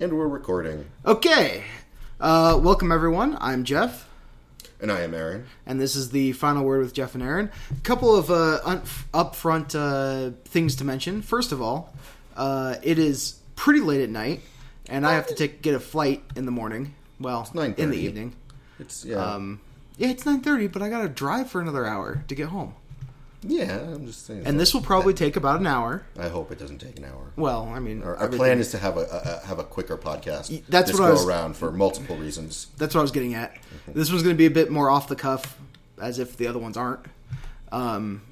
And we're recording. Okay. Uh, welcome, everyone. I'm Jeff, And I am Aaron. and this is the final word with Jeff and Aaron. A couple of uh, un- upfront uh, things to mention. First of all, uh, it is pretty late at night, and I have to take get a flight in the morning. Well, in 9:30. the evening. It's yeah, Um, yeah, it's nine thirty, but I got to drive for another hour to get home, yeah. I'm just saying. and this will probably take about an hour. I hope it doesn't take an hour. Well, I mean, Our, our everything- plan is to have a, a, a have a quicker podcast. that's this what I go was- around for multiple reasons. That's what I was getting at. This one's going to be a bit more off the cuff, as if the other ones aren't. Um,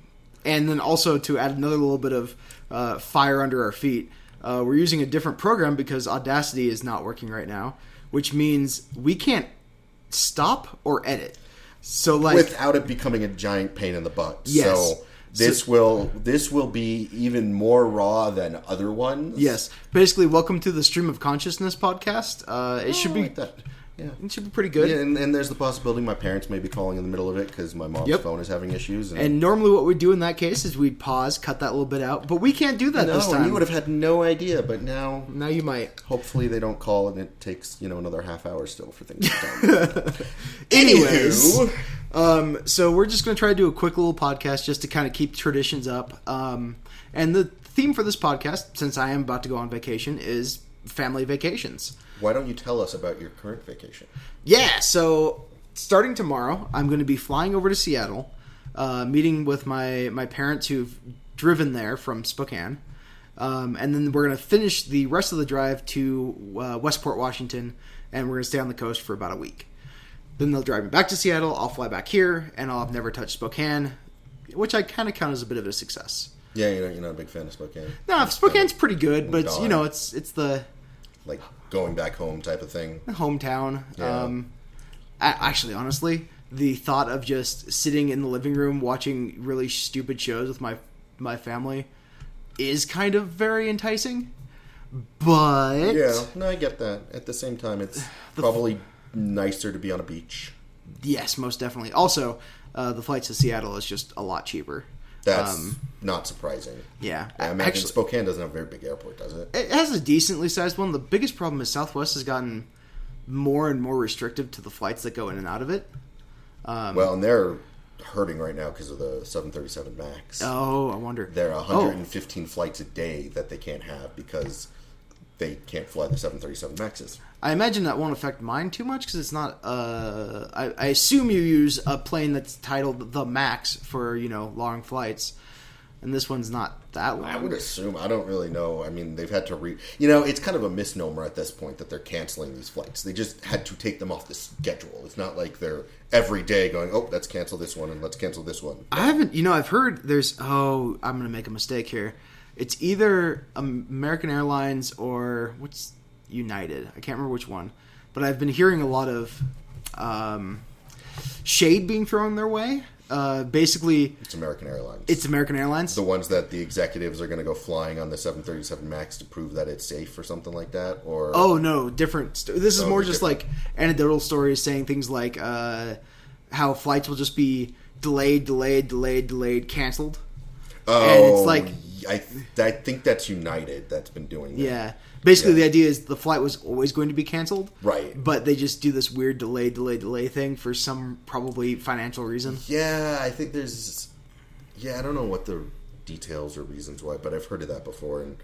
and then also to add another little bit of uh, fire under our feet, uh, we're using a different program because Audacity is not working right now, which means we can't stop or edit. So like, without it becoming a giant pain in the butt. Yes. So this will this will be even more raw than other ones. yes, basically, welcome to the Stream of Consciousness podcast. Uh, it should Oh, I be like that. Yeah. it should be pretty good. Yeah, and, and there's the possibility my parents may be calling in the middle of it because my mom's Yep. phone is having issues. And, And normally, what we do in that case is we'd pause, cut that little bit out, but we can't do that no, this and time. you would have had no idea, but now now you might. hopefully they don't call and it takes you know another half hour still for things to come. Anyways, Anywho. um, so we're just going to try to do a quick little podcast just to kind of keep traditions up. Um, and the theme for this podcast, since I am about to go on vacation, is family vacations. Why don't you tell us about your current vacation? Yeah, so starting tomorrow, I'm going to be flying over to Seattle, uh, meeting with my, my parents who've driven there from Spokane. Um, and then we're going to finish the rest of the drive to uh, Westport, Washington, and we're going to stay on the coast for about a week. Then they'll drive me back to Seattle, I'll fly back here, and I'll have never touched Spokane, which I kind of count as a bit of a success. Yeah, you know, you're not a big fan of Spokane. No, Spokane's pretty good, but it's, you Darn. know, it's it's the Like going back home type of thing. hometown. Yeah. Um, a- actually, honestly, the thought of just sitting in the living room watching really stupid shows with my my family is kind of very enticing. But Yeah, no, I get that. At the same time, it's probably nicer to be on a beach. yes, most definitely. Also, uh, the flights to Seattle is just a lot cheaper. That's not surprising. Yeah, I imagine Um, actually, Spokane doesn't have a very big airport, does it? it has a decently sized one. The biggest problem is Southwest has gotten more and more restrictive to the flights that go in and out of it. Um, well, and they're hurting right now because of the 737 Max. Oh, I wonder. there are Oh. 115 flights a day that they can't have because they can't fly the 737 Maxes. I imagine that won't affect mine too much because it's not. Uh, I, I assume you use a plane that's titled the Max for you know long flights, and this one's not that long. I would assume. I don't really know. I mean, they've had to re. You know, it's kind of a misnomer at this point that they're canceling these flights. They just had to take them off the schedule. It's not like they're every day going, oh, let's cancel this one and let's cancel this one. I haven't. You know, I've heard there's. Oh, I'm gonna make a mistake here. It's either American Airlines or what's United. I can't remember which one, but I've been hearing a lot of um, shade being thrown their way. Uh, basically, It's American Airlines. it's American Airlines. the ones that the executives are going to go flying on the 737 Max to prove that it's safe or something like that. Or Oh no, different. St- this is Totally more just like anecdotal stories saying things like uh, how flights will just be delayed, delayed, delayed, delayed, canceled. Oh, and it's like- I th- I think that's United that's been doing that. Yeah. Basically, Yeah. the idea is the flight was always going to be canceled. Right. But they just do this weird delay, delay, delay thing for some probably financial reason. Yeah, I think there's. Yeah, I don't know what the details or reasons why, but I've heard of that before. And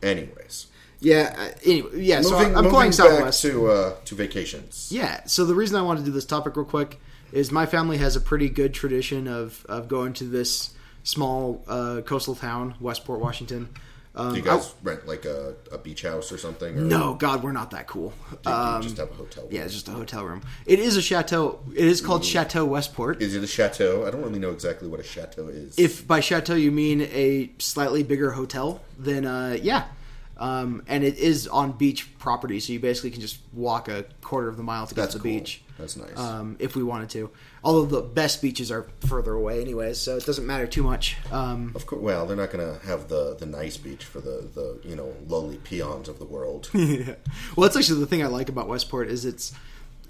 anyways, Yeah. uh, Anyway, yeah. so I- I'm moving flying back Southwest. to uh, to vacations. Yeah. So the reason I wanted to do this topic real quick is my family has a pretty good tradition of, of going to this small uh, coastal town, Westport, Washington. Um, Do you guys rent like a, a beach house or something? Or No, God, we're not that cool. do you Uh, just have a hotel? yeah, it's just a hotel room. It is a chateau. It is called Chateau Westport. Mm. Is it a chateau? I don't really know exactly what a chateau is. If by chateau you mean a slightly bigger hotel, then uh, yeah. Um, and it is on beach property, so you basically can just walk a quarter of the mile to get that's to the cool. beach. That's nice. Um, if we wanted to, although the best beaches are further away, anyways, so it doesn't matter too much. Um, Of course, well, they're not going to have the, the nice beach for the, the you know lowly peons of the world. yeah. Well, that's actually the thing I like about Westport is it's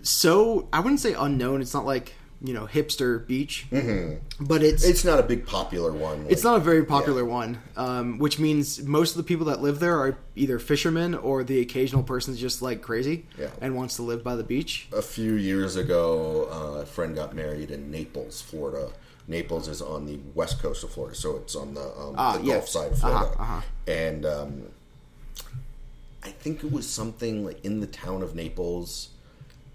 so I wouldn't say unknown. It's not like you know hipster beach, mm-hmm. but it's It's not a big popular one. it's not a very popular one, um, which means most of the people that live there are either fishermen or the occasional person's just like crazy Yeah. and wants to live by the beach. a few years ago, uh, a friend got married in Naples, Florida. Naples is on the west coast of Florida, so it's on the, um, Ah, the yeah. Gulf side of Uh-huh, Florida. uh-huh. And um, I think it was something like in the town of Naples,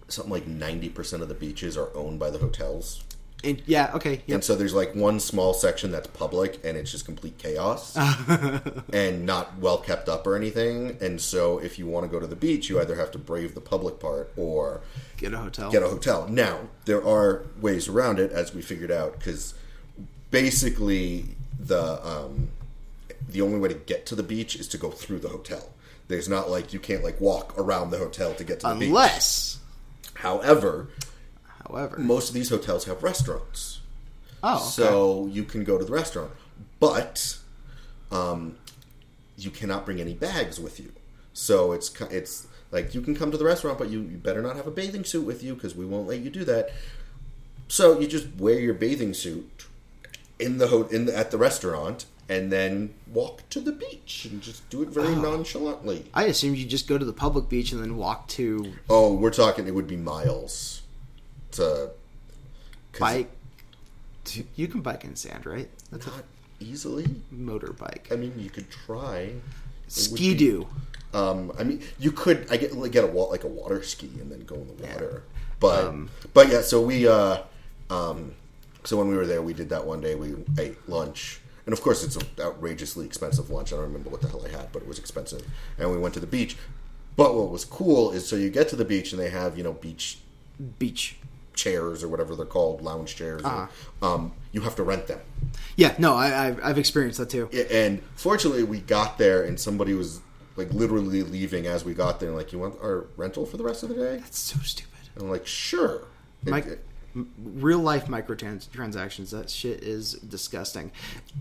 something like 90% of the beaches are owned by the hotels. And yeah, okay, yep. And so there's like one small section that's public and it's just complete chaos and not well kept up or anything. And so if you want to go to the beach, you either have to brave the public part or get a hotel. get a hotel. Now, there are ways around it, as we figured out, because basically the um, the only way to get to the beach is to go through the hotel. There's not like you can't like walk around the hotel to get to the beach. Unless, However, however, most of these hotels have restaurants, oh, okay. Mm, so you can go to the restaurant, but um, you cannot bring any bags with you. So it's ki- it's like you can come to the restaurant, but you, you better not have a bathing suit with you because we won't let you do that. So you just wear your bathing suit in the ho- in the, at the restaurant, and then walk to the beach and just do it very Oh. nonchalantly. I assume you just go to the public beach and then walk to Oh, we're talking it would be miles to 'cause bike. To, you can bike in sand, right? That's a Not easily. I motorbike. mean, you could try. Ski do. Um, I mean, you could. I get like, get a wa- like a water ski and then go in the water. But Um, but yeah. So we uh, um, so when we were there, we did that one day. We ate lunch, and of course, it's an outrageously expensive lunch. I don't remember what the hell I had, but it was expensive. And we went to the beach. But what was cool is so you get to the beach and they have you know beach beach. chairs or whatever they're called, lounge chairs. or- Uh-huh. um, you have to rent them. Yeah, no, I, I've, I've experienced that too. Yeah, and fortunately we got there and somebody was like literally leaving as we got there like you want our rental for the rest of the day That's so stupid. and i'm like sure And Mike, it- m- real life microtransactions. That shit is disgusting.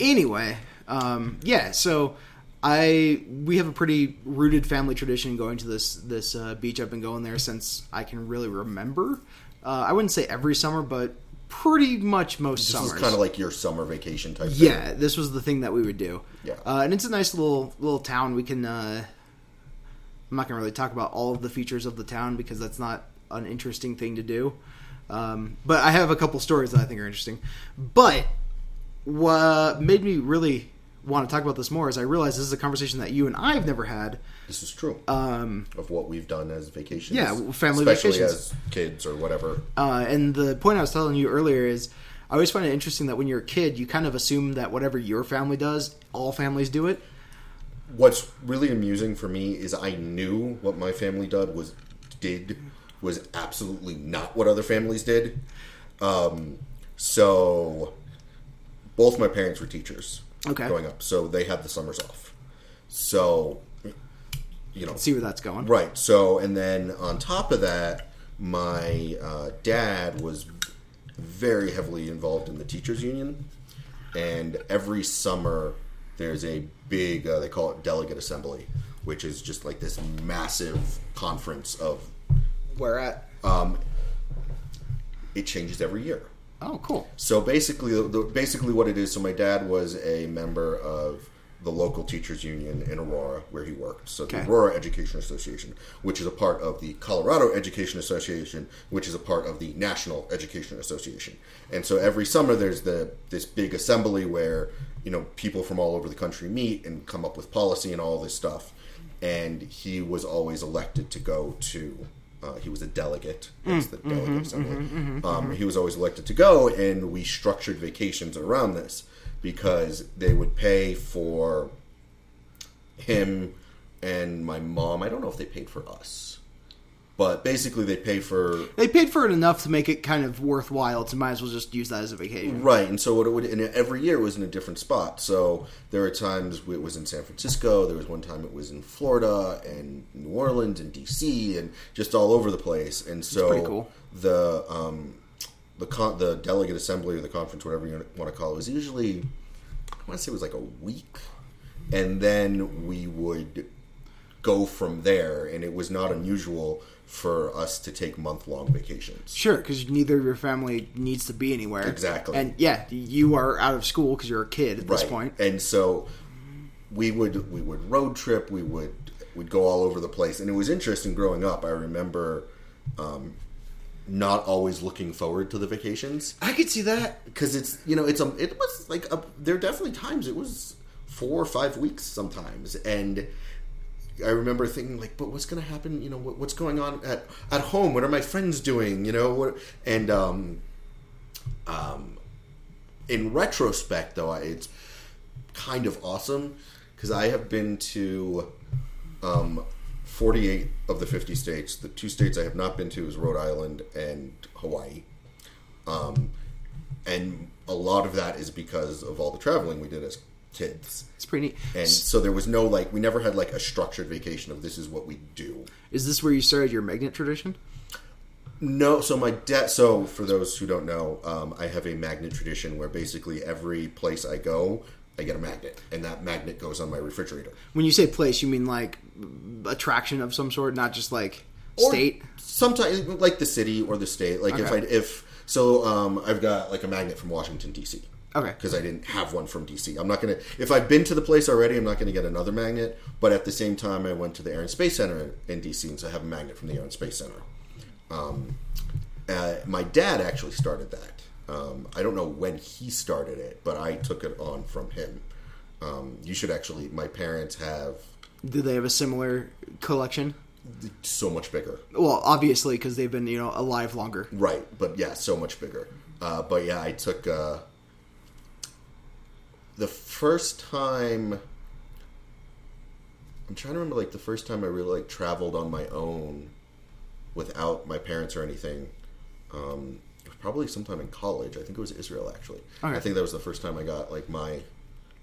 Anyway, um, yeah. So I we have a pretty rooted family tradition going to this this uh, beach. I've been going there since I can really remember. Uh, I wouldn't say every summer, but pretty much most this summers. is kind of like your summer vacation type yeah, this was the thing that we would do. Yeah. uh, and it's a nice little little town. We can. Uh, I'm not gonna really talk about all of the features of the town because that's not an interesting thing to do. Um, but I have a couple stories that I think are interesting. But what made me really want to talk about this more is I realized this is a conversation that you and I have never had. this is true Um, of what we've done as vacations yeah, w- family especially vacations. as kids or whatever Uh, and the point I was telling you earlier is I always find it interesting that when you're a kid, you kind of assume that whatever your family does, all families do it. what's really amusing for me is i knew what my family did was did was absolutely not what other families did um, so both my parents were teachers Okay. going up so they had the summers off so you know See where that's going. right so and then on top of that my uh, dad was very heavily involved in the teachers union and every summer there's a big uh, they call it delegate assembly which is just like this massive conference of Where at? it changes every year Oh, cool. So basically, the, basically what it is. So my dad was a member of the local teachers union in Aurora, where he worked. So the Okay. Aurora Education Association, which is a part of the Colorado Education Association, which is a part of the National Education Association. And so every summer there's the this big assembly where you know people from all over the country meet and come up with policy and all this stuff. And he was always elected to go to uh, he was a delegate. That's the delegate assembly. Um, he was always elected to go, and we structured vacations around this because they would pay for him and my mom. I don't know if they paid for us, but basically they pay for They paid for it enough to make it kind of worthwhile. To might as well just use that as a vacation. Right, and so what it would, and every year it was in a different spot. So there were times it was in San Francisco. There was one time it was in Florida and New Orleans and DC and just all over the place. And so pretty cool. the um, the con- the delegate assembly or the conference, whatever you want to call it, was usually I want to say it was like a week, and then we would go from there. And it was not unusual for us to take month long vacations. Sure, because neither of your family needs to be anywhere. Exactly. And yeah, you are out of school because you're a kid at this Right. point. And so we would we would road trip. We would would go all over the place, and it was interesting growing up. I remember um, not always looking forward to the vacations I could see that. because it's you know it's a it was like a, there are definitely times it was four or five weeks sometimes and. I remember thinking like, but what's going to happen? You know, what, what's going on at at home? What are my friends doing? You know, what and um, in retrospect, though, I- it's kind of awesome because I have been to um, 48 of the 50 states. The two states I have not been to is Rhode Island and Hawaii. Um, and a lot of that is because of all the traveling we did as kids. It's pretty neat. And so there was no like, we never had like a structured vacation of this is what we do. Is this where you started your magnet tradition? No, so my dad. So for those who don't know, um, I have a magnet tradition where basically every place I go, I get a magnet, and that magnet goes on my refrigerator. When you say place, you mean like attraction of some sort, not just like Or state. sometimes like the city or the state. Like if I Okay. if so, um, I've got like a magnet from Washington D.C. Okay. because I didn't have one from DC. I'm not gonna if I've been to the place already, I'm not gonna get another magnet. But at the same time, I went to the Air and Space Center in DC, and so I have a magnet from the Air and Space Center. Um, uh, my dad actually started that. Um, I don't know when he started it, but I took it on from him. Um, you should actually. My parents have Do they have a similar collection? so much bigger. Well, obviously, because they've been you know alive longer. Right, but yeah, so much bigger. Uh, but yeah, I took uh, the first time. I'm trying to remember, like the first time I really like traveled on my own, without my parents or anything. Um, it was probably sometime in college. I think it was Israel actually. Okay. I think that was the first time I got like my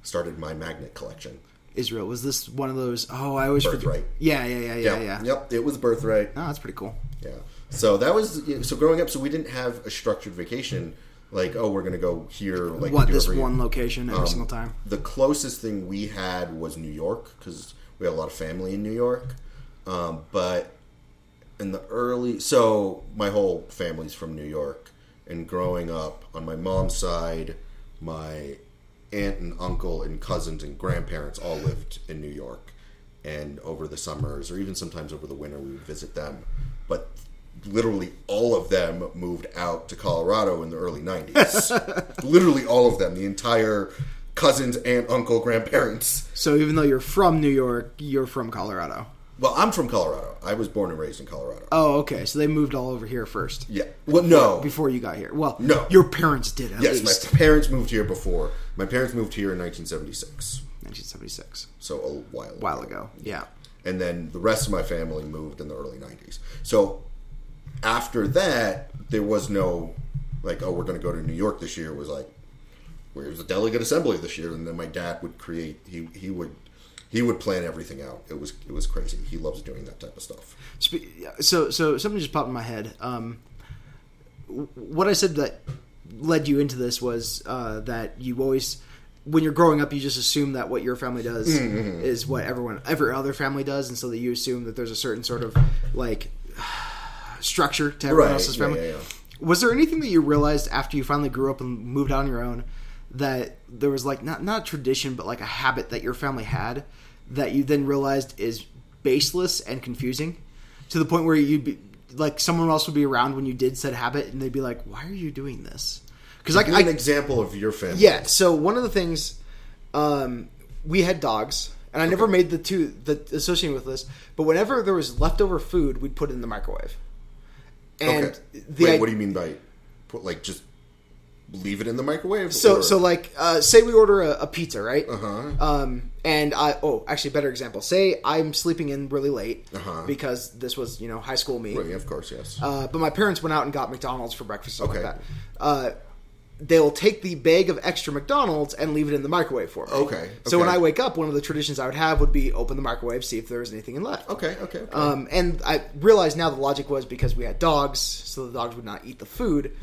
started my magnet collection. Israel was this one of those? Oh, I always Birthright. Yeah, yeah, yeah, yeah, Yep. yeah. Yep, it was birthright. Oh, that's pretty cool. Yeah. So that was you know, so growing up. So we didn't have a structured vacation. Like, oh, we're gonna go here. Like we what do this every- Um, one location every single time? The closest thing we had was New York because we had a lot of family in New York. Um, but in the early, so my whole family's from New York, and growing up on my mom's side, my aunt and uncle and cousins and grandparents all lived in New York. And over the summers, or even sometimes over the winter, we would visit them. But literally all of them moved out to Colorado in the early 90s. literally all of them, the entire cousins, aunt, uncle, grandparents. So even though you're from New York, you're from Colorado. Well, I'm from Colorado. I was born and raised in Colorado. Oh, okay. So they moved all over here first Yeah. Well, no. before you got here. Well, No. your parents did at yes, least. my parents moved here before. My parents moved here in 1976, 1976, so a while ago. a while ago. Yeah. And then the rest of my family moved in the early 90s. So after that, there was no like, oh, we're going to go to New York this year. It was like, where's the delegate assembly this year? And then my dad would create. He he would he would plan everything out. It was it was crazy. He loves doing that type of stuff. Spe- So, so something just popped in my head. Um, w- what I said that led you into this was uh, that you always, when you're growing up, you just assume that what your family does Mm-hmm. is what everyone, every other family does, and so that you assume that there's a certain sort of like structure to everyone else's Yeah, family. yeah, yeah. Was there anything that you realized after you finally grew up and moved on your own that there was like not not a tradition but like a habit that your family had that you then realized is baseless and confusing to the point where you'd be like someone else would be around when you did said habit and they'd be like why are you doing this because like Give me an I, example of your family. yeah so one of the things um, we had dogs and I never made the two the associated with this but whenever there was leftover food we'd put it in the microwave and Okay. the Wait, idea what do you mean by put like just leave it in the microwave? So, or- so like, uh, say we order a, a pizza, right? Uh-huh. Um, and I, oh, actually, better example. Say I'm sleeping in really late Uh-huh. because this was, you know, high school me. Wait, of course, yes. Uh, but my parents went out and got McDonald's for breakfast, stuff Okay. like that. Uh, they'll take the bag of extra McDonald's and leave it in the microwave for me. Okay, So when okay. I wake up, one of the traditions I would have would be open the microwave, see if there was anything left. okay, okay. okay. uh, Um, and I realize now the logic was because we had dogs, so the dogs would not eat the food.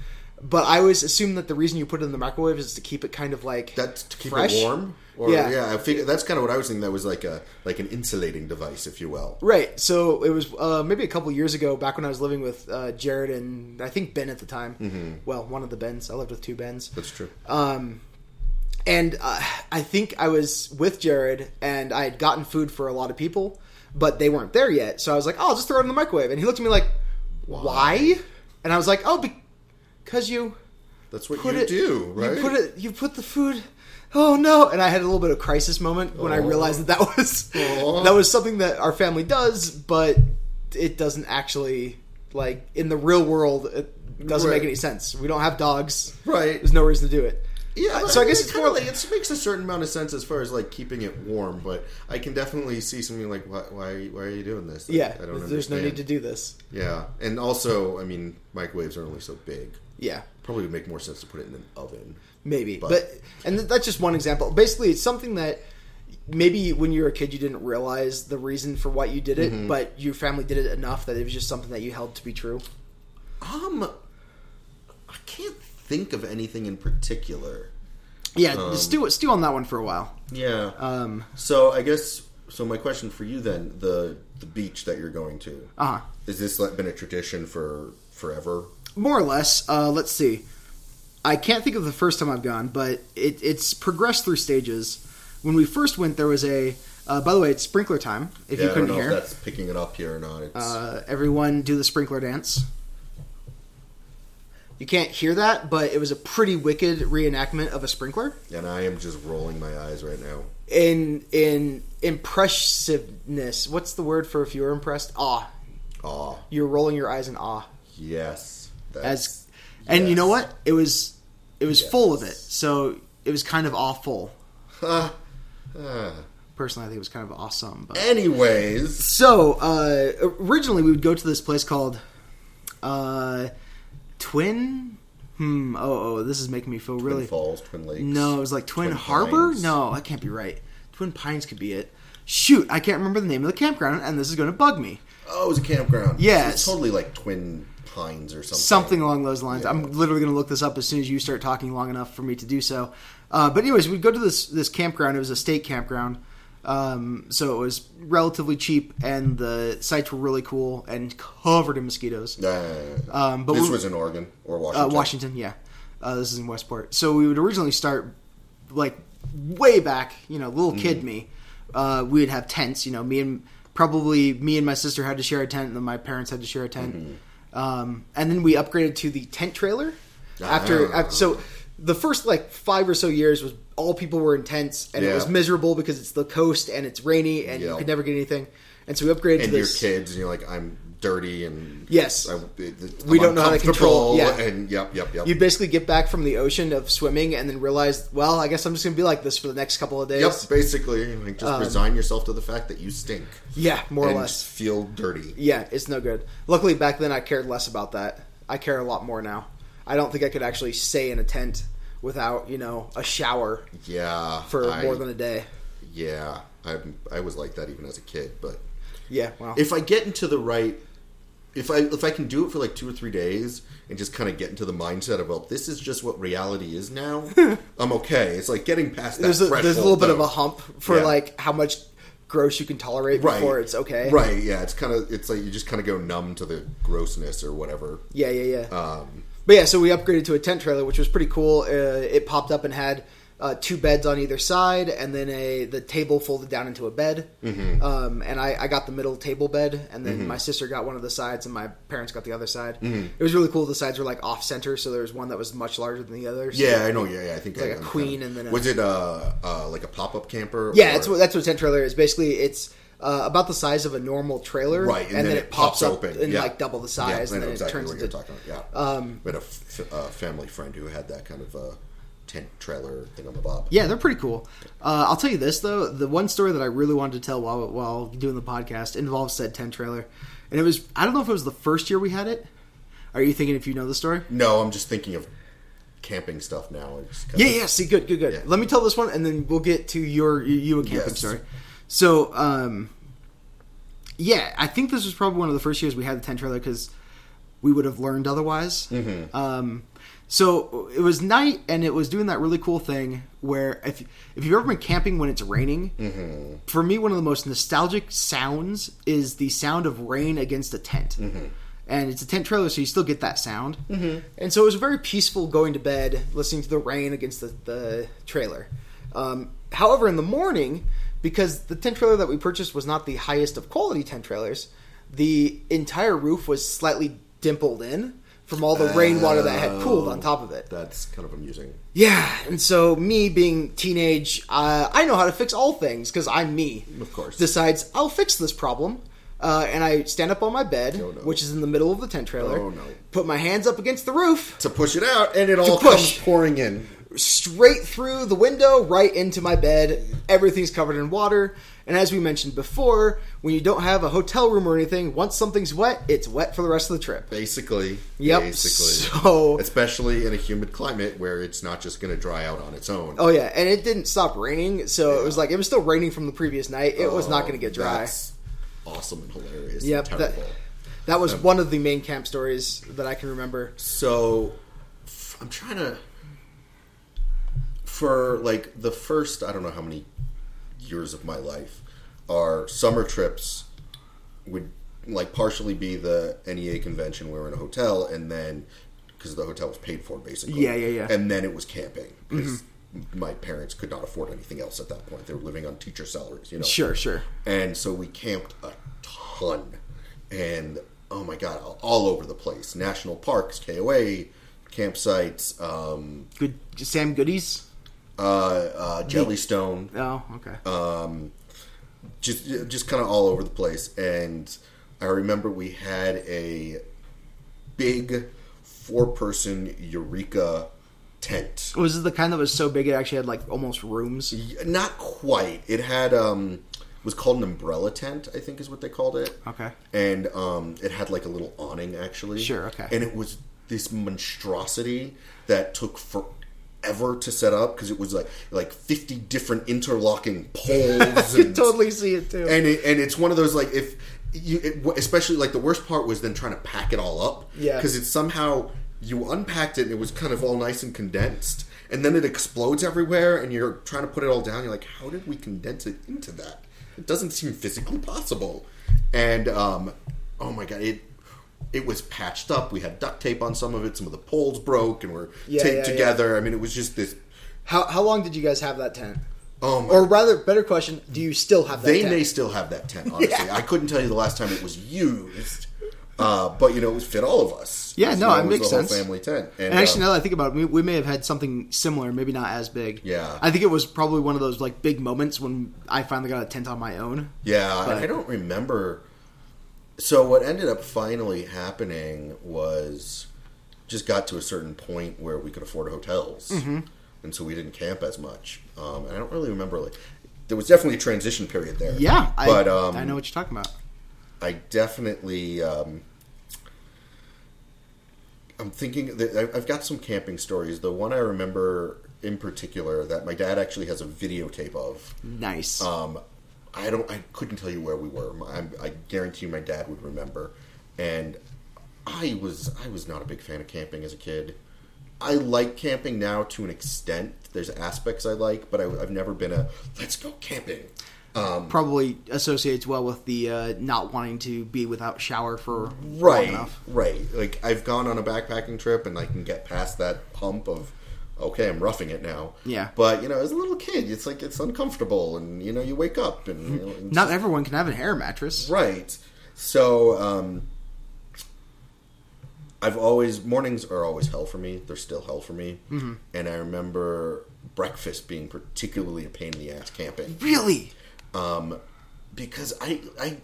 But I always assume that the reason you put it in the microwave is to keep it kind of like That's to keep Fresh? it warm. Or, Yeah. yeah, I figure that's kind of what I was thinking. That was like a like an insulating device, if you will. Right. So it was uh, maybe a couple years ago, back when I was living with uh, Jared and I think Ben at the time. Well, one of the Bens. I lived with two Bens. That's true. Uh, And uh, I think I was with Jared and I had gotten food for a lot of people, but they weren't there yet. So I was like, oh, I'll just throw it in the microwave. And he looked at me like, why? And I was like, oh, because you that's what put you it. do, right? You put it. You put the food. Oh no! And I had a little bit of crisis moment when I Aw. realized that that was Oh. Aw. that was something that our family does, but it doesn't actually like in the real world. It doesn't Right. make any sense. We don't have dogs. right. There's no reason to do it. Yeah, So I guess it's kinda more- like it makes a certain amount of sense as far as like keeping it warm, but I can definitely see something like why why, why are you doing this? Like, Yeah. I don't There's no understand. need to do this. Yeah, and also I mean microwaves are only so big. Yeah. Probably would make more sense to put it in an oven. Maybe, but, But- and th- that's just one example. Basically, it's something that maybe when you were a kid you didn't realize the reason for what you did it, Mm-hmm. but your family did it enough that it was just something that you held to be true. Um, I can't think of anything in particular. Yeah, Um, stew stew on that one for a while. Yeah. Um, so I guess so. My question for you then the the beach that you're going to uh has this like, been a tradition for forever? more or less. Uh, let's see. I can't think of the first time I've gone, but it, it's progressed through stages. When we first went, there was a. Uh, by the way, it's sprinkler time. If yeah, you couldn't I don't know hear, if that's picking it up here or not. It's, uh, everyone do the sprinkler dance. You can't hear that, but it was a pretty wicked reenactment of a sprinkler. and I am just rolling my eyes right now. In in impressiveness, what's the word for if you're impressed? Awe. Ah, You're rolling your eyes in awe. yes. That's, as and you know yes. what it was it was full of it Yes. so it was kind of awful Ah, ah. personally i think it was kind of awesome but Anyways, so uh originally we would go to this place called uh twin hmm oh oh this is making me feel really Twin Falls, Twin Lakes. no it was like twin, Twin harbor Pines. no that can't be right twin pines could be it shoot i can't remember the name of the campground and this is going to bug me Oh, it was a campground. Yes. It's totally like Twin Pines or something. something along those lines. Yeah. I'm literally going to look this up as soon as you start talking long enough for me to do so. Uh, but anyways, we'd go to this this campground. It was a state campground, um, so it was relatively cheap, and the sites were really cool and covered in mosquitoes. Yeah, yeah, yeah, yeah. Um, but this we- was in Oregon or uh, Washington. Washington, yeah, uh, this is in Westport. So we would originally start like way back, you know, little Mm-hmm. kid me. Uh, we would have tents, you know, me and probably me and my sister had to share a tent, and then my parents had to share a tent. Mm-hmm. Um, and then we upgraded to the tent trailer after. Ah. af- so the first like five or so years was all people were in tents, and it Yeah. was miserable because it's the coast and it's rainy, and you Yeah. could never get anything. And so we upgraded to And your this. kids, and you're like, I'm dirty and Yes. I, it, We I'm don't know how to control- uncomfortable, yeah. and yep, yep, yep. You'd basically get back from the ocean of swimming and then realize, well, I guess I'm just going to be like this for the next couple of days. Yep, basically, like just resign yourself to the fact that you stink Yeah, Um, more and or less. feel dirty. Yeah, it's no good. Luckily, back then I cared less about that. I care a lot more now. I don't think I could actually stay in a tent without, you know, a shower Yeah, for I- more than a day. yeah. I I was like that even as a kid, but Yeah, well. if I get into the right, if I if I can do it for like two or three days and just kind of get into the mindset of well, this is just what reality is now. I'm okay. It's like getting past that. there's a, there's a little threshold, bit of though. a hump for Yeah. like how much gross you can tolerate before it's okay. Right. Yeah. It's kind of it's like you just kind of go numb to the grossness or whatever. Yeah, yeah, yeah. Um, But yeah, so we upgraded to a tent trailer, which was pretty cool. Uh, it popped up and had uh, two beds on either side, and then a the table folded down into a bed. Mm-hmm. Um, and I, I got the middle table bed, Mm-hmm. and then my sister got one of the sides, and my parents got the other side. It was really cool. The sides were like off center, so there was one that was much larger than the other. So yeah, I know. Yeah, yeah. I think Like I- a I'm kinda- queen and then a- was it uh, uh like a pop up camper? yeah. or- That's what that's what a tent trailer is. Basically, it's uh, about the size of a normal trailer, Right, And, then, it pops, up open. and Yeah. like double the Yeah, I size, and know then exactly it turns what you're into talking about. Yeah. Um, we had a f- uh, family friend who had that kind of uh, tent trailer thing on the bob. Yeah, they're pretty cool. Uh, I'll tell you this though: the one story that I really wanted to tell while while doing the podcast involves said ten trailer, and it was I don't know if it was the first year we had it. Are you thinking if you know the story? No, I'm just thinking of camping stuff now. It's kind Yeah, of- yeah. See, good, good, good. Yeah. Let me tell this one, and then we'll get to your you, you a camping Yes. story. So, um, yeah, I think this was probably one of the first years we had the tent trailer because we would have learned otherwise. Mm-hmm. Um, so it was night, and it was doing that really cool thing where if if you've ever been camping when it's raining, Mm-hmm. for me one of the most nostalgic sounds is the sound of rain against a tent. Mm-hmm. And it's a tent trailer, so you still get that sound. And so it was very peaceful going to bed, listening to the rain against the, the trailer. Um, however, in the morning, because the tent trailer that we purchased was not the highest of quality tent trailers, the entire roof was slightly dimpled in from all the rainwater that had pooled on top of it. That's kind of amusing. Yeah, and so me being teenage, uh, I know how to fix all things because I'm me. Of course. Decides I'll fix this problem, uh, and I stand up on my bed, Oh, no. which is in the middle of the tent trailer. Oh, no. Put my hands up against the roof, To push it out, and it all push. comes pouring in. straight through the window, right into my bed. Everything's covered in water. And as we mentioned before, when you don't have a hotel room or anything, once something's wet, it's wet for the rest of the trip. Basically. Yep. Basically. So Especially in a humid climate where it's not just going to dry out on its own. Oh yeah, and it didn't stop raining, so it was like it was still raining from the previous night. It was Oh, not going to get dry. That's awesome and hilarious. Yep, and that- terrible. That was one of the main camp stories that I can remember. So f- I'm trying to for like the first I don't know how many years of my life our summer trips would like partially be the NEA convention we were in a hotel and then because the hotel was paid for basically Yeah, yeah, yeah. Mm-hmm. and then it was camping 'cause my parents could not afford anything else at that point they were living on teacher salaries you know Sure, sure. and so we camped a ton and oh my god all over the place national parks koa campsites um Good Sam Goodies. uh, uh jellystone Oh, okay. Uh. just just kind of all over the place and i remember we had a big four person eureka tent was it the kind that was so big it actually had like almost rooms? not quite it had um it was called an umbrella tent i think is what they called it Okay. and um, it had like a little awning actually. Sure, okay. And it was this monstrosity that took forever to set up because it was like like fifty different interlocking poles. You and, totally see it too. and it, and it's one of those like if you it, especially like the worst part was then trying to pack it all up. Yeah. because it's somehow you unpacked it and it was kind of all nice and condensed. And then it explodes everywhere, and you're trying to put it all down. You're like, how did we condense it into that? It doesn't seem physically possible. And um, oh my god, it it was patched up. We had duct tape on some of it. Some of the poles broke, and were Yeah, taped yeah, yeah. together. I mean, it was just this. how how long did you guys have that tent? Oh my Or rather, better question: Do you still have that? They tent? may still have that tent, honestly. I couldn't tell you the last time it was used, uh, but you know it was fit all of us. Yeah, You no, know, it was makes the whole sense. Family tent, and, And actually, uh, now that I think about it, we, we may have had something similar, maybe not as big. Yeah. I think it was probably one of those like big moments when I finally got a tent on my own. yeah, and but- I don't remember. So what ended up finally happening was just got to a certain point where we could afford hotels, Mm-hmm. and so we didn't camp as much. Um, and I don't really remember like there was definitely a transition period there. Yeah, I, but um, I know what you're talking about. I definitely. Um, I'm thinking that I- I've got some camping stories. The one I remember in particular that my dad actually has a videotape of. Mm-hmm. Nice. Um, I don't. I couldn't tell you where we were. My- I'm, I guarantee my dad would remember. And I was I was not a big fan of camping as a kid. I like camping now to an extent. There's aspects I like, but I, I've never been a let's go camping. probably associates well with the uh, not wanting to be without shower for long right enough. right like i've gone on a backpacking trip and i can get past that hump of okay i'm roughing it now Yeah. but you know as a little kid it's like it's uncomfortable and you know you wake up and you know, it's Not everyone can have an air mattress. right so um i've always mornings are always hell for me they're still hell for me mm-hmm. and i remember breakfast being particularly a pain in the ass camping Really? because I I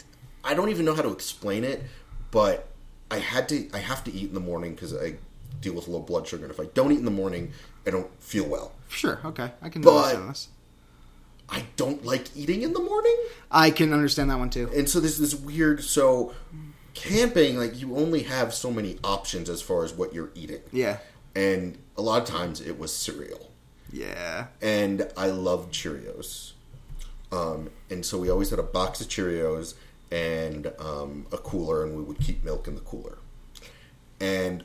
I don't even know how to explain it, but I had to I have to eat in the morning because I deal with low blood sugar, and if I don't eat in the morning, I don't feel well. Sure. Okay, I can But- understand this. I don't like eating in the morning, I can understand that one too. and so there's this weird so camping like you only have so many options as far as what you're eating, yeah. and a lot of times it was cereal. Yeah. and I loved Cheerios. Um, and so we always had a box of Cheerios and um, a cooler, and we would keep milk in the cooler. and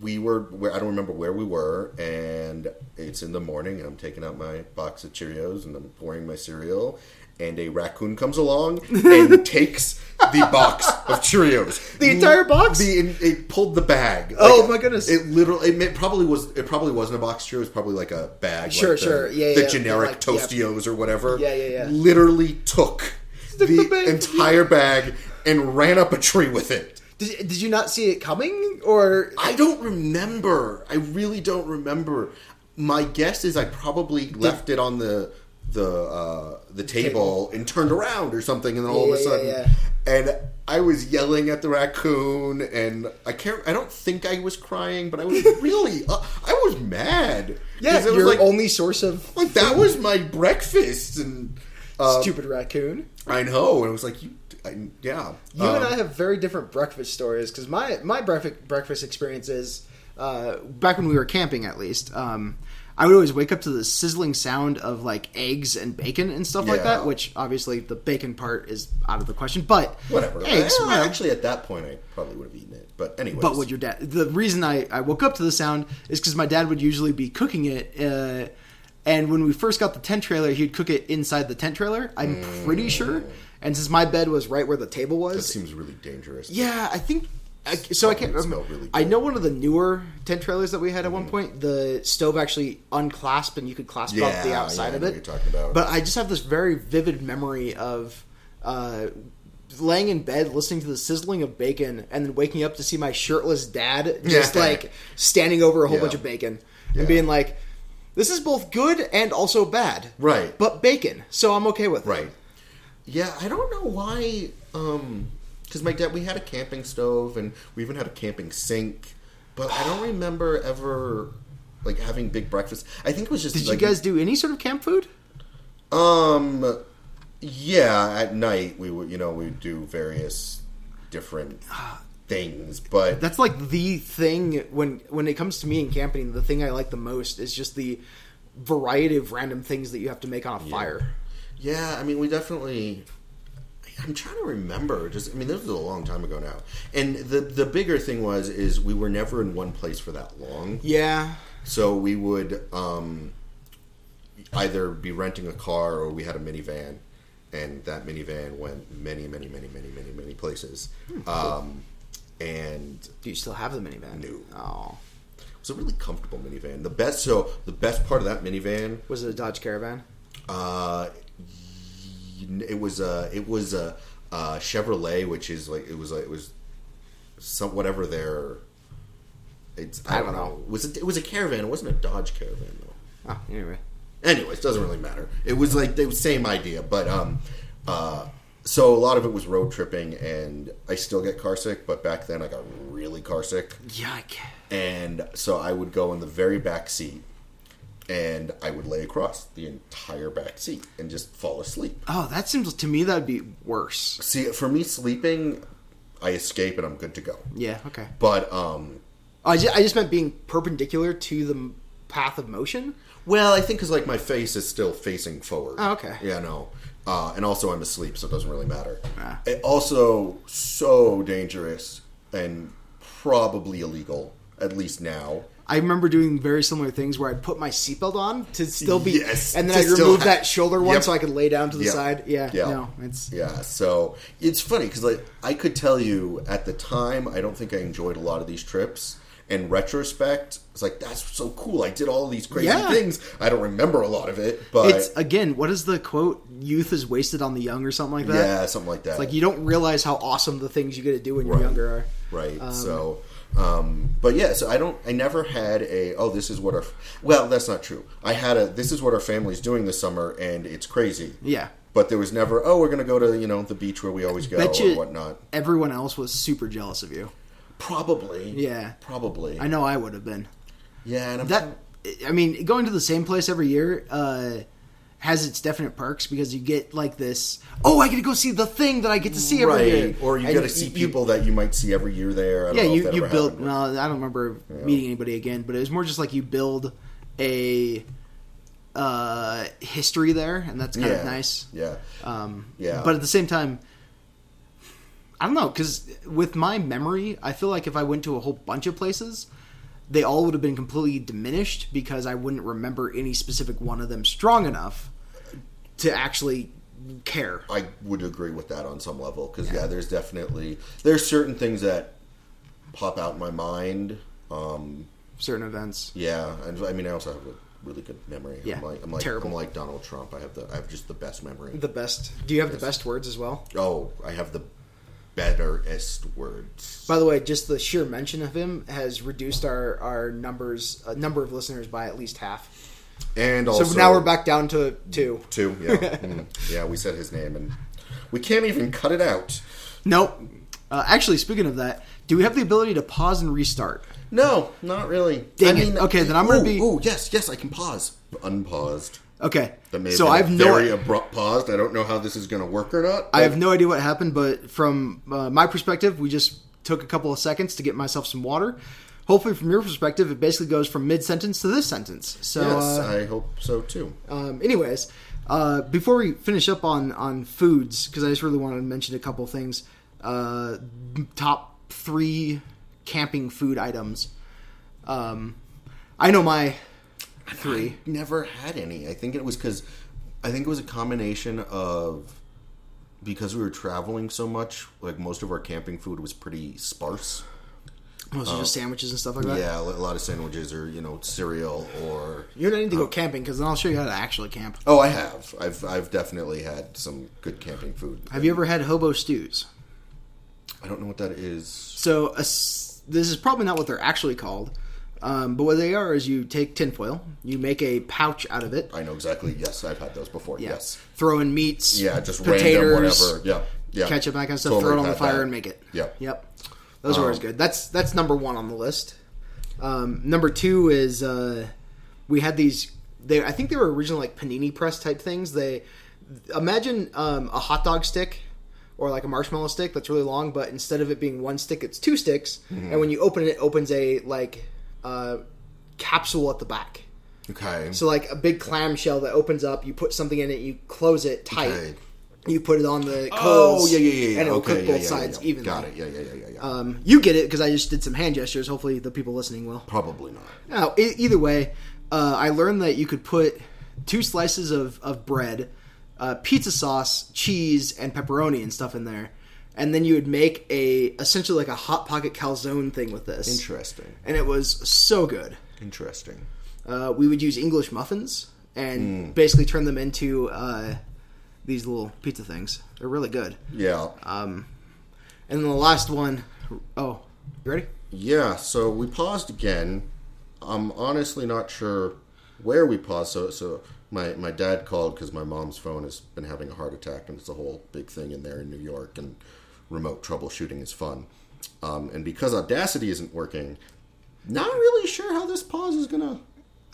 we were where I don't remember where we were, and it's in the morning, and I'm taking out my box of Cheerios and I'm pouring my cereal, and a raccoon comes along and takes the box of Cheerios, The entire box? The it pulled the bag. Oh, my goodness. It literally, it, probably was. It probably wasn't a box of Cheerios. It was probably like a bag. Sure, like the, sure. Yeah, The yeah, generic like- yeah. Tostios or whatever. Yeah, yeah, yeah. Literally took the, the bag. entire bag and ran up a tree with it. Did, did you not see it coming? Or I don't remember. I really don't remember. My guess is I probably left it on the the uh, the table, and turned around or something, and then all of a Yeah, yeah, sudden, and I was yelling at the raccoon, and I can't. I don't think I was crying, but I was really. uh, I was mad. yeah, 'Cause it was your like, only source of like that was my breakfast, and uh, stupid raccoon. I know. And it was like you, I, yeah. You Um, and I have very different breakfast stories because my my breakfast breakfast experience is uh, back when we were camping. At least um, I would always wake up to the sizzling sound of like eggs and bacon and stuff like Yeah. that. Which obviously the bacon part is out of the question, but Whatever. eggs. Eh, well, Actually, at that point, I probably would have eaten it. But anyway, But what your dad? The reason I, I woke up to the sound is because my dad would usually be cooking it. Uh, and when we first got the tent trailer, he'd cook it inside the tent trailer. I'm pretty sure. Mm. And since my bed was right where the table That was, seems really dangerous. yeah, I think. I, so I Something can't remember. smelled really Mm-hmm. I know one of the newer tent trailers that we had at one point. The stove actually unclasped, and you could clasp Yeah, off the outside yeah, I of know it. what you're talking about. But I just have this very vivid memory of uh, laying in bed, listening to the sizzling of bacon, and then waking up to see my shirtless dad just Yeah. like standing over a whole Yeah. bunch of bacon Yeah. and being like, "This is both good and also bad, Right. But bacon, so I'm okay with it, Right. Yeah, I don't know why. Um, because my dad, we had a camping stove and we even had a camping sink, but I don't remember ever like having big breakfast. I think it was just Did like, you guys do any sort of camp food? Um, yeah, at night we would, you know, we would do various different things, but that's like the thing when when it comes to me and camping the thing i like the most is just the variety of random things that you have to make on a fire Yeah, I mean, we definitely. I'm trying to remember. Just, I mean, this was a long time ago now, and the the bigger thing was is we were never in one place for that long, yeah so we would um, either be renting a car or we had a minivan, and that minivan went many, many, many, many, many, many places. Um, and do you still have the minivan No. oh it was a really comfortable minivan. The best, so the best part of that minivan was it a dodge caravan Uh, it was a it was a, uh Chevrolet, which is like it was a, it was some whatever their. It's I, don't know. It was a, it was a caravan? It wasn't a Dodge Caravan though. oh anyway Anyways, doesn't really matter. It was like the same idea, but um, uh, so a lot of it was road tripping, and I still get carsick. But back then, I got really carsick yuck and so I would go in the very back seat, and I would lay across the entire back seat and just fall asleep. oh that seems to me that'd be worse See, for me, sleeping, I escape and I'm good to go. yeah okay But um, I just, I just meant being perpendicular to the m- path of motion well, I think because like my face is still facing forward. Oh, okay. Yeah, no. Uh, and also, I'm asleep, so it doesn't really matter. Ah. It also so dangerous and probably illegal, at least now. I remember doing very similar things where I'd put my seatbelt on to still be, Yes, and then to I still removed have- that shoulder one Yep. so I could lay down to the Yeah. side. Yeah, Yeah. no, it's Yeah, so it's funny because like I could tell you at the time, I don't think I enjoyed a lot of these trips. In retrospect, it's like that's so cool. I did all these crazy Yeah. things. I don't remember a lot of it, but It's again, what is the quote? Youth is wasted on the young, or something like that. yeah, something like that. Like you don't realize how awesome the things you get to do when you're Right. younger are. right? so, um, but yeah, so I don't. I never had a. Oh, this is what our. Well, that's not true. I had a. This is what our family's doing this summer, and it's crazy. Yeah. But there was never. Oh, we're gonna go to you know the beach where we always go Bet or you- whatnot. Everyone else was super jealous of you. Probably. Yeah. Probably. I know I would have been. Yeah, and I'm That I mean, going to the same place every year uh, has its definite perks because you get like this. Oh, I get to go see the thing that I get to see every year, right. Or you And got to see people that you might see every year there. I don't yeah, know if you, that you ever build. happened. Well, I don't remember meeting anybody again, but it was more just like you build a uh, history there, and that's kind yeah. of nice. Yeah, Um, Yeah. But at the same time, I don't know because with my memory, I feel like if I went to a whole bunch of places, they all would have been completely diminished because I wouldn't remember any specific one of them strong enough to actually care. I would agree with that on some level because yeah. there's definitely there's certain things that pop out in my mind. Um, Certain events. yeah, and I mean I also have a really good memory. Yeah, I'm like I'm like, terrible. I'm like Donald Trump. I have the I have just the best memory. The best. Do you have the best words as well? oh, I have the betterest words. By the way, just the sheer mention of him has reduced our our numbers uh, number of listeners by at least half. And So also now we're back down to two. two. Yeah, Mm. yeah. We said his name, and we can't even cut it out. Nope. Uh, actually, speaking of that, do we have the ability to pause and restart? No, not really. Dang it. Okay, then I'm gonna ooh, be- Ooh, yes, yes, I can pause. Unpaused. Okay. That may have So been a I've no very abrupt pause. I don't know how this is going to work or not. I have no idea what happened, but from uh, my perspective, we just took a couple of seconds to get myself some water. Hopefully, from your perspective, it basically goes from mid sentence to this sentence. So, Yes, uh, I hope so too. um, anyways, uh, before we finish up on on foods, because I just really wanted to mention a couple things. Uh, top three camping food items. Um, I know my three. Never had any. I think it was because I think it was a combination of because we were traveling so much. Like most of our camping food was pretty sparse. Those are just sandwiches and stuff like that. Oh. Yeah, a lot of sandwiches or you know cereal or. You don't need to go camping because then I'll show you how to actually camp. Oh, I have. I've I've definitely had some good camping food. Have you ever had hobo stews? I don't know what that is. So a s this is probably not what they're actually called, um, but what they are is you take tinfoil, you make a pouch out of it. I know exactly. Yes, I've had those before. Yes. Throw in meats. Yeah, just potatoes, random whatever. Yeah. Yeah. Ketchup, that kind of stuff. Totally throw it on the had fire that. and make it. Yep. Um, Yep. Those are always good. That's that's number one on the list. Um, number two is uh, we had these. They I think they were originally like panini press type things. They imagine um, a hot dog stick or like a marshmallow stick that's really long, but instead of it being one stick, it's two sticks. Mm-hmm. And when you open it, it opens a like uh, capsule at the back. Okay. So like a big clamshell that opens up. You put something in it. You close it tight. Okay. You put it on the coals. Oh yeah, yeah, yeah, yeah. And it'll okay, cook yeah, both yeah, sides yeah, yeah. evenly. Got it. Yeah, yeah, yeah, yeah, yeah. Um, you get it because I just did some hand gestures. Hopefully, the people listening will. Probably not. Now, e- either way, uh, I learned that you could put two slices of, of bread, uh, pizza sauce, cheese, and pepperoni and stuff in there, and then you would make a essentially like a hot pocket calzone thing with this. Interesting. And it was so good. Interesting. Uh, we would use English muffins Hmm. and basically turn them into uh, these little pizza things. They're really good. Yeah. And then the last one, oh, you ready? yeah. So we paused again. I'm honestly not sure where we paused. So, so my my dad called because my mom's phone has been having a heart attack, and it's a whole big thing in there in New York. And remote troubleshooting is fun. Um, and because Audacity isn't working, not really sure how this pause is gonna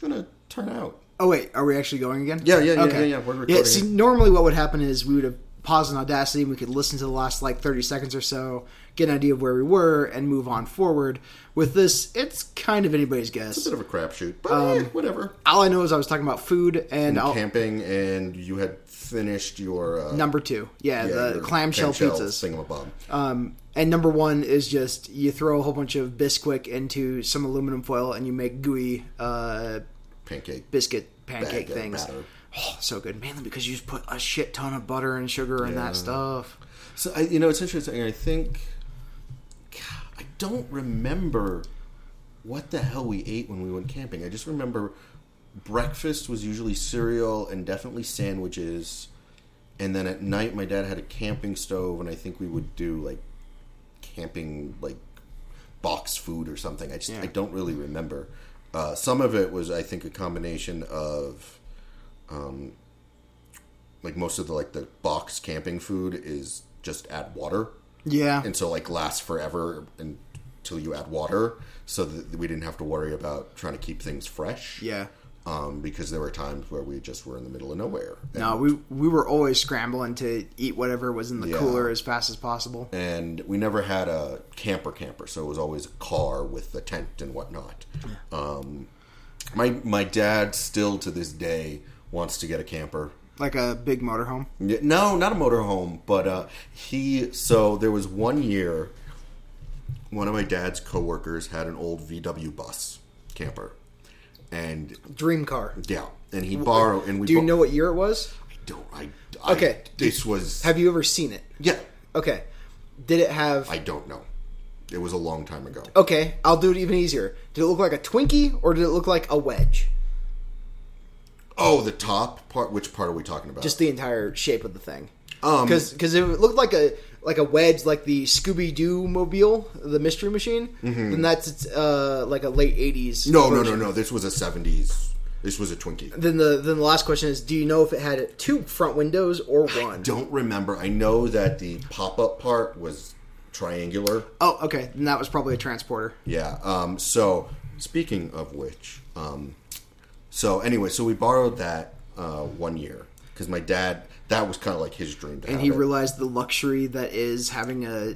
gonna turn out. Oh wait, are we actually going again? Yeah, yeah, yeah, yeah, yeah, we're recording it. see, normally what would happen is we would have paused in Audacity and we could listen to the last like thirty seconds or so, get an idea of where we were, and move on forward. With this, it's kind of anybody's It's a guess. bit of a crapshoot, but eh, whatever. All I know is I was talking about food and Um, I'll- Camping, and you had finished your uh, number two, yeah, yeah, the your clamshell, pizzas, thingamabob. and number one is just you throw a whole bunch of Bisquick into some aluminum foil and you make gooey uh, pancake. biscuit pancake Bag of things. batter. Oh, so good, mainly because you just put a shit ton of butter and sugar and that stuff. So I, you know, it's interesting. I think I don't remember what the hell we ate when we went camping. I just remember breakfast was usually cereal and definitely sandwiches. And then at night, my dad had a camping stove, and I think we would do like camping like box food or something. I just I don't really remember. Uh, some of it was I think a combination of like most of the like the box camping food is just add water Yeah. and so like lasts forever until you add water so that we didn't have to worry about trying to keep things fresh yeah. um, because there were times where we just were in the middle of nowhere No, we we were always scrambling to eat whatever was in the Yeah. cooler as fast as possible. and we never had a camper camper so it was always a car with the tent and whatnot um, my my dad still to this day wants to get a camper Like a big motorhome. Yeah, No, not a motorhome, but uh, he. So there was one year, one of my dad's coworkers had an old VW bus camper, and Dream car. yeah, and he borrowed. And we Do you bo- know what year it was? I don't. I, I- Okay. This was. Have you ever seen it? yeah, Okay. Did it have. I don't know. It was a long time ago. Okay, I'll do it even easier. Did it look like a Twinkie or did it look like a wedge? Oh, the top part. Which part are we talking about? Just the entire shape of the thing. Um, Because if it looked like a like a wedge, like the Scooby Doo mobile, the Mystery Machine, then that's it's, uh, like a late '80s. Mm-hmm. no, no, no, no. This was a '70s. This was a Twinkie. Then the then the last question is: Do you know if it had two front windows or one? Don't remember. I know that the pop-up part was triangular. Oh, okay. Then that was probably a transporter. Yeah. Um, so speaking of which, um, so anyway, so we borrowed that uh, one year because my dad that was kind of like his dream. To And have he it. realized the luxury that is having a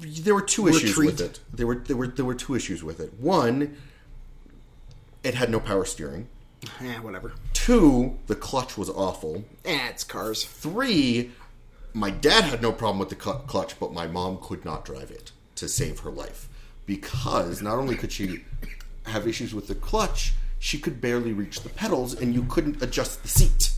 there were two issues with retreat. it. There were there were there were two issues with it. One, it had no power steering. eh, whatever. Two, the clutch was awful. Eh, it's cars. Three, my dad had no problem with the cl- clutch, but my mom could not drive it to save her life because not only could she have issues with the clutch, she could barely reach the pedals, and you couldn't adjust the seat.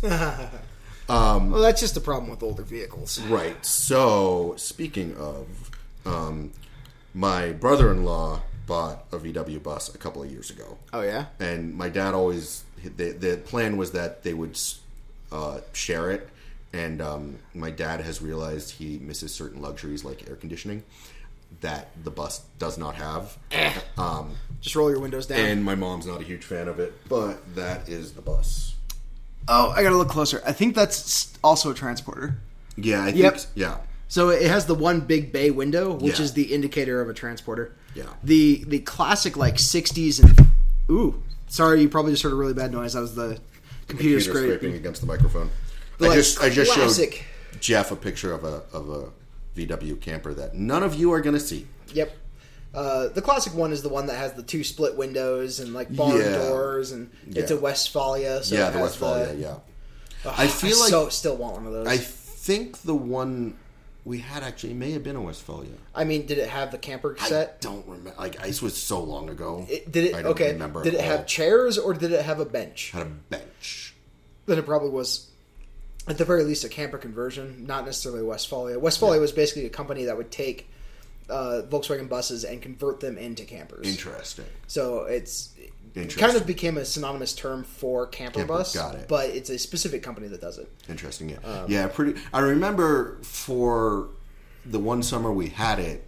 Well, that's just the problem with older vehicles. right. So speaking of, um, my brother-in-law bought a VW bus a couple of years ago. Oh yeah. and my dad always the the plan was that they would uh, share it. And um, my dad has realized he misses certain luxuries like air conditioning that the bus does not have. Eh. Um, Just roll your windows down. and my mom's not a huge fan of it, but that is the bus. oh, I gotta look closer. I think that's also a transporter. Yeah, I think. Yep. Yeah, So it has the one big bay window, which Yeah. is the indicator of a transporter. Yeah. The the classic like '60s and ooh, sorry, you probably just heard a really bad noise. That was the computer, Computer scrape. scraping against the microphone. The, I like, just I just classic- showed Jeff a picture of a of a VW camper that none of you are gonna see. Yep. Uh, the classic one is the one that has the two split windows and like barn Yeah. doors, and it's Yeah. a Westphalia. So yeah, it the has Westphalia. The, yeah, I I feel like so still want one of those. I I, think the one we had actually may have been a Westphalia. mean, did it have the camper I set? don't remember. Like ice was so long ago. It, did it? I don't okay. remember Did at it have all. chairs or did it have a bench? had a bench? then it probably was at the very least a camper conversion, not necessarily Westphalia. Westphalia was basically a company that would take uh, Volkswagen buses and convert them into campers. Interesting. So it's it Interesting. kind of became a synonymous term for camper, Camper, bus, got it. but it's a specific company that does it. Interesting. Yeah. Um, yeah. Pretty. I remember for the one summer we had it.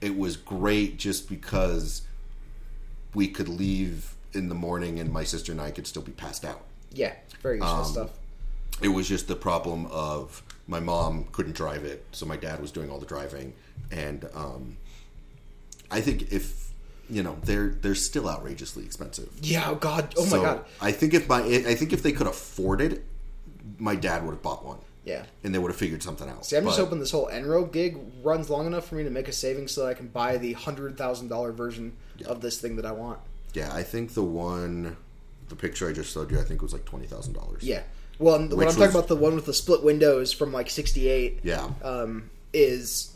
It was great just because we could leave in the morning and my sister and I could still be passed out. Yeah, very useful Um, stuff. it was just the problem of my mom couldn't drive it, so my dad was doing all the driving, and um, I think if you know they're they're still outrageously expensive. Yeah, oh god, oh So my god. I think if my I think if they could afford it, my dad would have bought one, Yeah. and they would have figured something out. See, I'm just But- hoping this whole Enro gig runs long enough for me to make a saving so that I can buy the hundred thousand dollar version of this thing that I want. Yeah, I think the one, the picture I just showed you, I think was like twenty thousand dollars. Yeah. Well, and Which when I'm was- talking about the one with the split windows from like '68, Yeah. um, is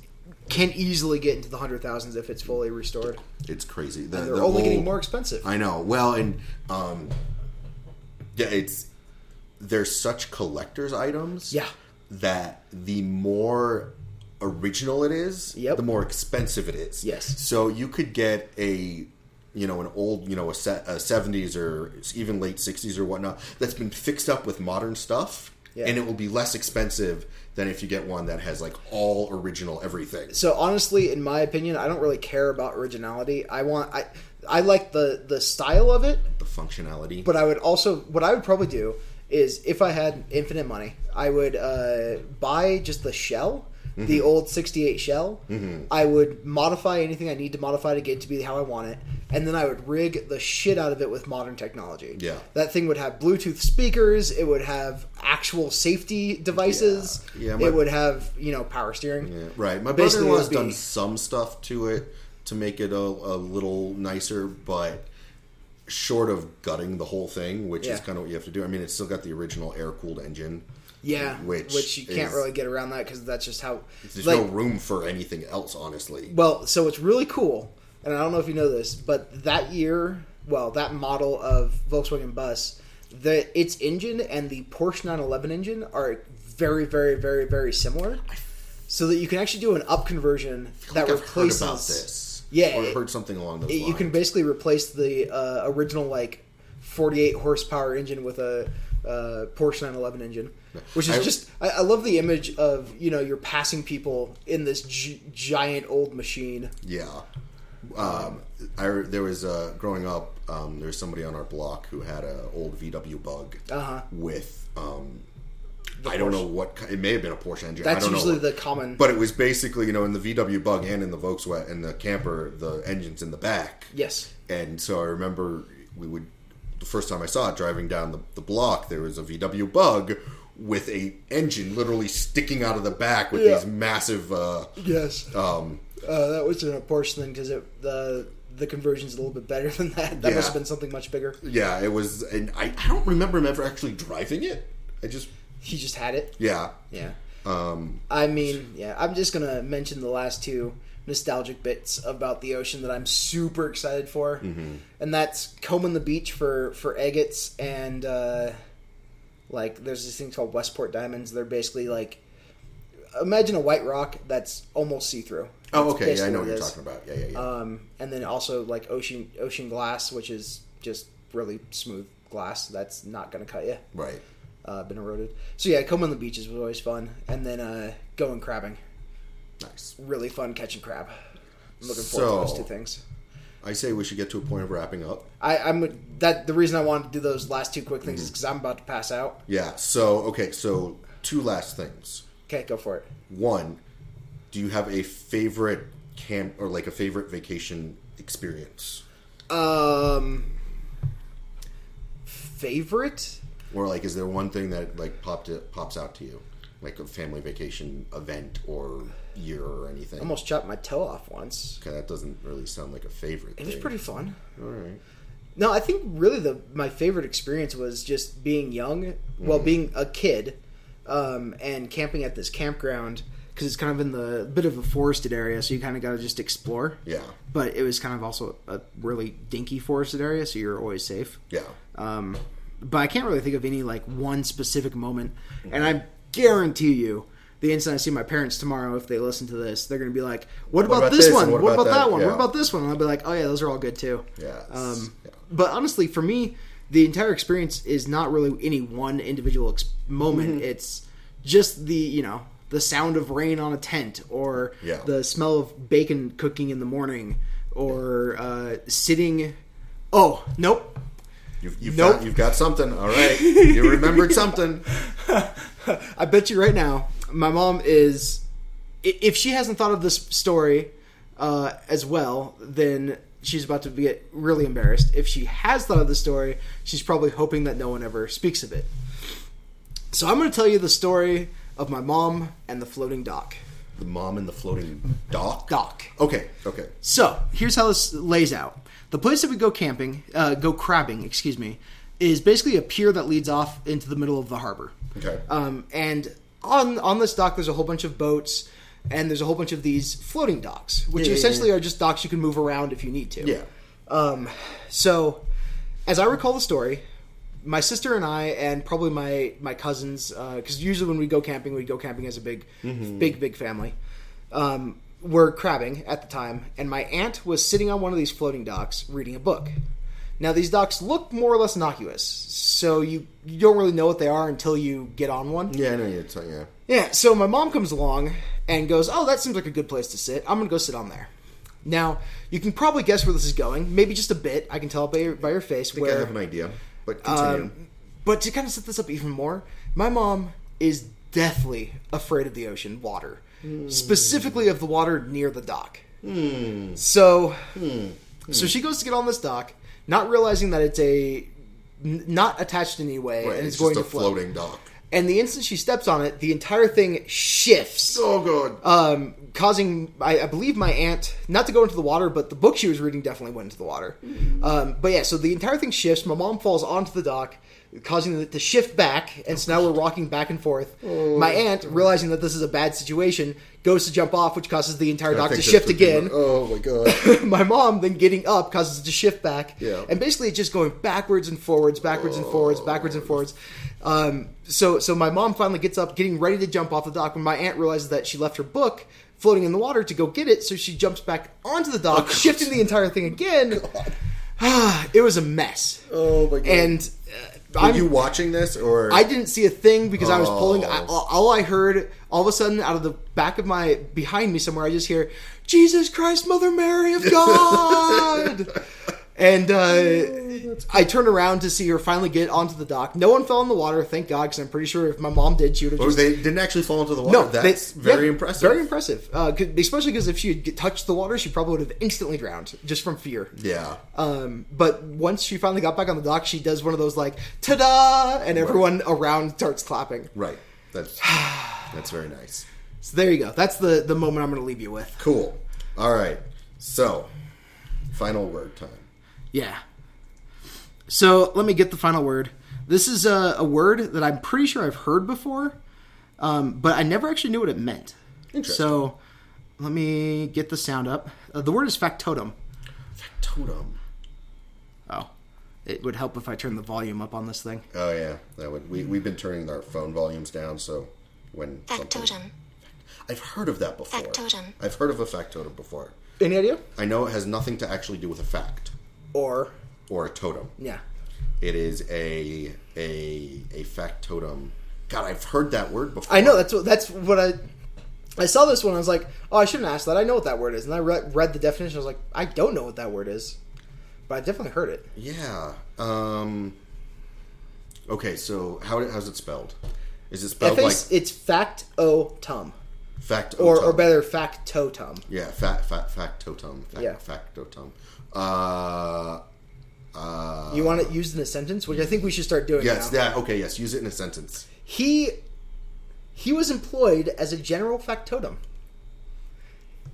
can easily get into the hundred thousands if it's fully restored. It's crazy. The, They're the only getting old- more expensive. I know. Well, and um, yeah, it's they're such collectors' items. Yeah. That the more original it is, Yep. the more expensive it is. Yes. So you could get a you know an old you know a, se- a 70s or even late 60s or whatnot that's been fixed up with modern stuff Yeah. and it will be less expensive than if you get one that has like all original everything So honestly, in my opinion, I don't really care about originality. I want I I like the the style of it, the functionality but I would also what I would probably do is if I had infinite money, I would uh, buy just the shell, the Mm-hmm. old '68 shell. I would modify anything I need to modify to get it to be how I want it, and then I would rig the shit out of it with modern technology. Yeah. that thing would have Bluetooth speakers. It would have actual safety devices. Yeah. Yeah, my- it would have you know power steering. Yeah, right. My Basically, brother-in-law's it'll be- done some stuff to it to make it a, a little nicer, but short of gutting the whole thing, which is Yeah. kind of what you have to do. I mean, it's still got the original air cooled engine. Yeah, Which which, you can't is- really get around that because that's just how. There's like, no room for anything else, honestly. well, so it's really cool, and I don't know if you know this, but that year, well, that model of Volkswagen bus, the its engine and the Porsche 911 engine are very, very, very, very similar. So that you can actually do an up conversion that Like, I've heard replaces. about this. Yeah, or it- heard something along those it- lines. you can basically replace the uh, original like 48 horsepower engine with a uh, Porsche 911 engine, which is I- just I, I love the image of you know you're passing people in this gi- giant old machine. Yeah. Um, I re- there was uh, growing up. Um, there was somebody on our block who had a old VW Bug Uh-huh. with um, I don't know what ki- it may have been a Porsche engine. I That's don't usually know. the common. but it was basically you know in the VW Bug and in the Volkswagen and the camper the engines in the back. yes, And so I remember we would the first time I saw it driving down the, the block, there was a VW Bug with a engine literally sticking out of the back with Yeah. these massive. Uh, yes, um, uh, that was a Porsche thing because the the conversion's a little bit better than that. That Yeah. must have been something much bigger. yeah, it was, and I, I don't remember him ever actually driving it. I just He just had it. yeah. Yeah. Um, I mean, yeah, I'm just gonna mention the last two nostalgic bits about the ocean that I'm super excited for, Mm-hmm. and that's combing the beach for for agates and uh, like there's this thing called Westport diamonds. They're basically like imagine a white rock that's almost see through. oh, okay. Yeah, I know what you're talking about. Yeah, yeah, yeah. Um, and then also like ocean ocean glass, which is just really smooth glass that's not gonna cut you right. uh, been eroded. So yeah, combing the beaches was always fun, and then uh, going crabbing, Nice. really fun catching crab. I'm looking So- forward to those two things. I say we should get to a point of wrapping up. I, I'm that the reason I wanted to do those last two quick things is because I'm about to pass out. Yeah. So okay. So two last things. Okay, go for it. One, do you have a favorite camp or like a favorite vacation experience, Um, favorite? or like is there one thing that like popped it, pops out to you, like a family vacation event or year or anything? Almost chopped my toe off once. Okay, that doesn't really sound like a favorite. It was thing. pretty fun. All right. No, I think really the my favorite experience was just being young, well, being a kid, um, and camping at this campground because it's kind of in the bit of a forested area, so you kind of got to just explore. Yeah. But it was kind of also a really dinky forested area, so you're always safe. Yeah. Um, but I can't really think of any like one specific moment, and I guarantee you. The instant I see my parents tomorrow, if they listen to this, they're going to be like, "What about, about this, this? one? And What, about, that, one? Yeah. What about this one?" And I'll be like, "Oh yeah, those are all good too." Yeah. it's- Um, yeah. But honestly, for me, the entire experience is not really any one individual ex- moment. It's just the you know the sound of rain on a tent, or Yeah. the smell of bacon cooking in the morning, or uh, sitting. Oh nope. You've, you've, Nope. got, you've got something. All right. You remembered something. I bet you right now, my mom is. i- If she hasn't thought of this story uh, as well, then she's about to get really embarrassed. If she has thought of the story, she's probably hoping that no one ever speaks of it. So I'm going to tell you the story of my mom and the floating dock. The mom and the floating dock. Dock. Okay. Okay. So here's how this lays out. The place that we go camping, uh, go crabbing, excuse me, is basically a pier that leads off into the middle of the harbor. Okay. Um, and on on this dock, there's a whole bunch of boats, and there's a whole bunch of these floating docks, which Yeah, yeah, essentially are just docks you can move around if you need to. yeah. Um, so, as I recall the story, my sister and I, and probably my my cousins, because usually when we go camping, we go camping as a big, Mm-hmm. big, big family. Um, were crabbing at the time, and my aunt was sitting on one of these floating docks reading a book. Now these docks look more or less innocuous, so you you don't really know what they are until you get on one. Yeah. I know. You're talking- yeah. Yeah, so my mom comes along and goes, Oh, that seems like a good place to sit. I'm going to go sit on there. Now, you can probably guess where this is going, maybe just a bit. I can tell by your, by your face I think I have where. uh, an idea, but continue. But to kind of set this up even more, my mom is deathly afraid of the ocean water, Hmm. specifically of the water near the dock. Hmm. So, so she goes to get on this dock, not realizing that it's a. n- Not attached in any way, Right, and it's it's, going just to a float. floating dock. and the instant she steps on it, the entire thing shifts, Oh god. um, causing I, I believe my aunt not to go into the water, but the book she was reading definitely went into the water. Um, but yeah, so the entire thing shifts. My mom falls onto the dock. Causing it to shift back, and so now we're walking back and forth. Oh. My aunt, realizing that this is a bad situation, goes to jump off, which causes the entire I dock to think this shift would be again my- oh my god. my mom then getting up causes it to shift back. Yeah. And basically it's just going backwards and forwards, backwards and forwards, backwards and forwards. Um, so so my mom finally gets up, getting ready to jump off the dock when my aunt realizes that she left her book floating in the water to go get it, so she jumps back onto the dock, shifting the entire thing again. Ah, it was a mess. Oh my god. And uh, Were I'm you watching this or I didn't see a thing because I was pulling. I, Oh. all all I heard, all of a sudden, out of the back of my behind me somewhere, I just hear "Jesus Christ, Mother Mary of God," and Oh, uh, I turn around to see her finally get onto the dock. No one fell in the water, thank God, because I'm pretty sure if my mom did, she would have. Or just they didn't actually fall into the water. no, they- That's very yeah, impressive. Very impressive, uh, 'cause- especially because if she had get- touched the water, she probably would have instantly drowned just from fear. yeah. Um, but once she finally got back on the dock, she does one of those like "ta-da," and everyone around starts clapping. Right. That's that's very nice. So there you go. That's the the moment I'm going to leave you with. Cool. All right. So, final word time. Yeah. So let me get the final word. This is a, a word that I'm pretty sure I've heard before, um, but I never actually knew what it meant. Interesting. So let me get the sound up. Uh, the word is factotum. Totem. Oh, it would help if I turn the volume up on this thing. Oh yeah, that would. We we've been turning our phone volumes down, so when something- Factotum. I've heard of that before. Factotum. I've heard of a factotum before. Any idea? I know it has nothing to actually do with a fact Or or a totem. yeah, It is a a a factotum. God, I've heard that word before. I know that's what that's what I. I saw this one. I was like, "Oh, I shouldn't ask that. I know what that word is." And I re- read the definition. I was like, "I don't know what that word is," but I definitely heard it. Yeah. Um. Okay, so how how's it spelled? Is it I spelled think like it's fact o tum fact or or better factotum. Yeah, fat fat factotum. Fact, Yeah. factotum. Uh. Uh. You want it used in a sentence, which I think we should start doing. Yes. now. Yeah. Okay. Yes. Use it in a sentence. he he was employed as a general factotum.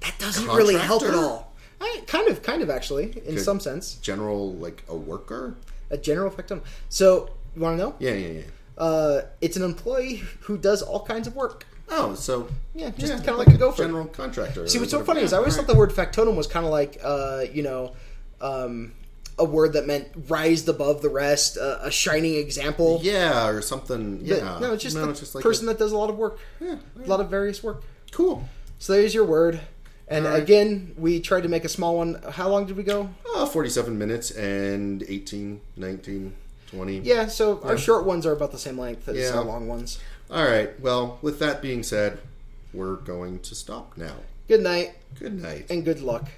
That doesn't really help at Contractor? all. I, kind of, kind of actually, in Good. some sense, General, like a worker. a general factotum. So you want to know? Yeah. Yeah. Yeah. Uh, it's an employee who does all kinds of work. Oh, so Yeah, just kinda like a gopher. general contractor. See, or what's so whatever. funny is Yeah, I always all thought the word factotum was kind of like, uh, you know, um, a word that meant raised above the rest, uh, a shining example. Yeah, or something. But Yeah. no, it's just the like person a- that does a lot of work, Yeah, a lot of various work. cool. So there's your word. And All right. again, we tried to make a small one. How long did we go? Oh, 47 minutes and 18, 19, 20. Yeah, so our short ones are about the same length as Yeah. our long ones. All right. Well, with that being said, we're going to stop now. Good night Good night. and good luck.